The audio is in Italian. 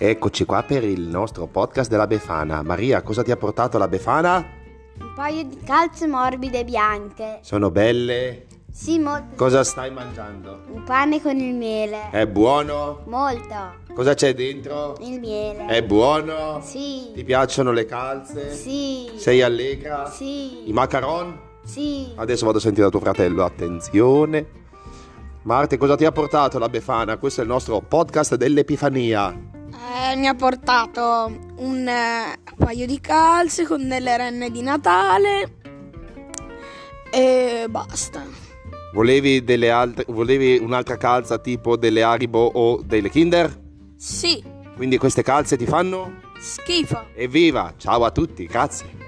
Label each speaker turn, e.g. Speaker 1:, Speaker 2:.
Speaker 1: Eccoci qua per il nostro podcast della Befana. Maria, cosa ti ha portato la Befana?
Speaker 2: Un paio di calze morbide bianche.
Speaker 1: Sono belle.
Speaker 2: Sì, molto.
Speaker 1: Cosa stai mangiando?
Speaker 2: Un pane con il miele.
Speaker 1: È buono?
Speaker 2: Molto.
Speaker 1: Cosa c'è dentro?
Speaker 2: Il miele.
Speaker 1: È buono? Eh. Ti
Speaker 2: Sì.
Speaker 1: piacciono le calze?
Speaker 2: Sì.
Speaker 1: Sei allegra? I
Speaker 2: Sì.
Speaker 1: macaron?
Speaker 2: Sì.
Speaker 1: Adesso vado a sentire da tuo fratello, attenzione. Marte, cosa ti ha portato la Befana? Questo è il nostro podcast dell'Epifania.
Speaker 3: Eh, mi ha portato un eh, paio di calze con delle renne di Natale
Speaker 1: Eh,
Speaker 3: e basta.
Speaker 1: Volevi, delle altre, volevi un'altra calza tipo delle Haribo o delle Kinder?
Speaker 3: Sì,
Speaker 1: Quindi queste calze ti fanno?
Speaker 3: schifo.
Speaker 1: Evviva! Ciao a tutti, grazie!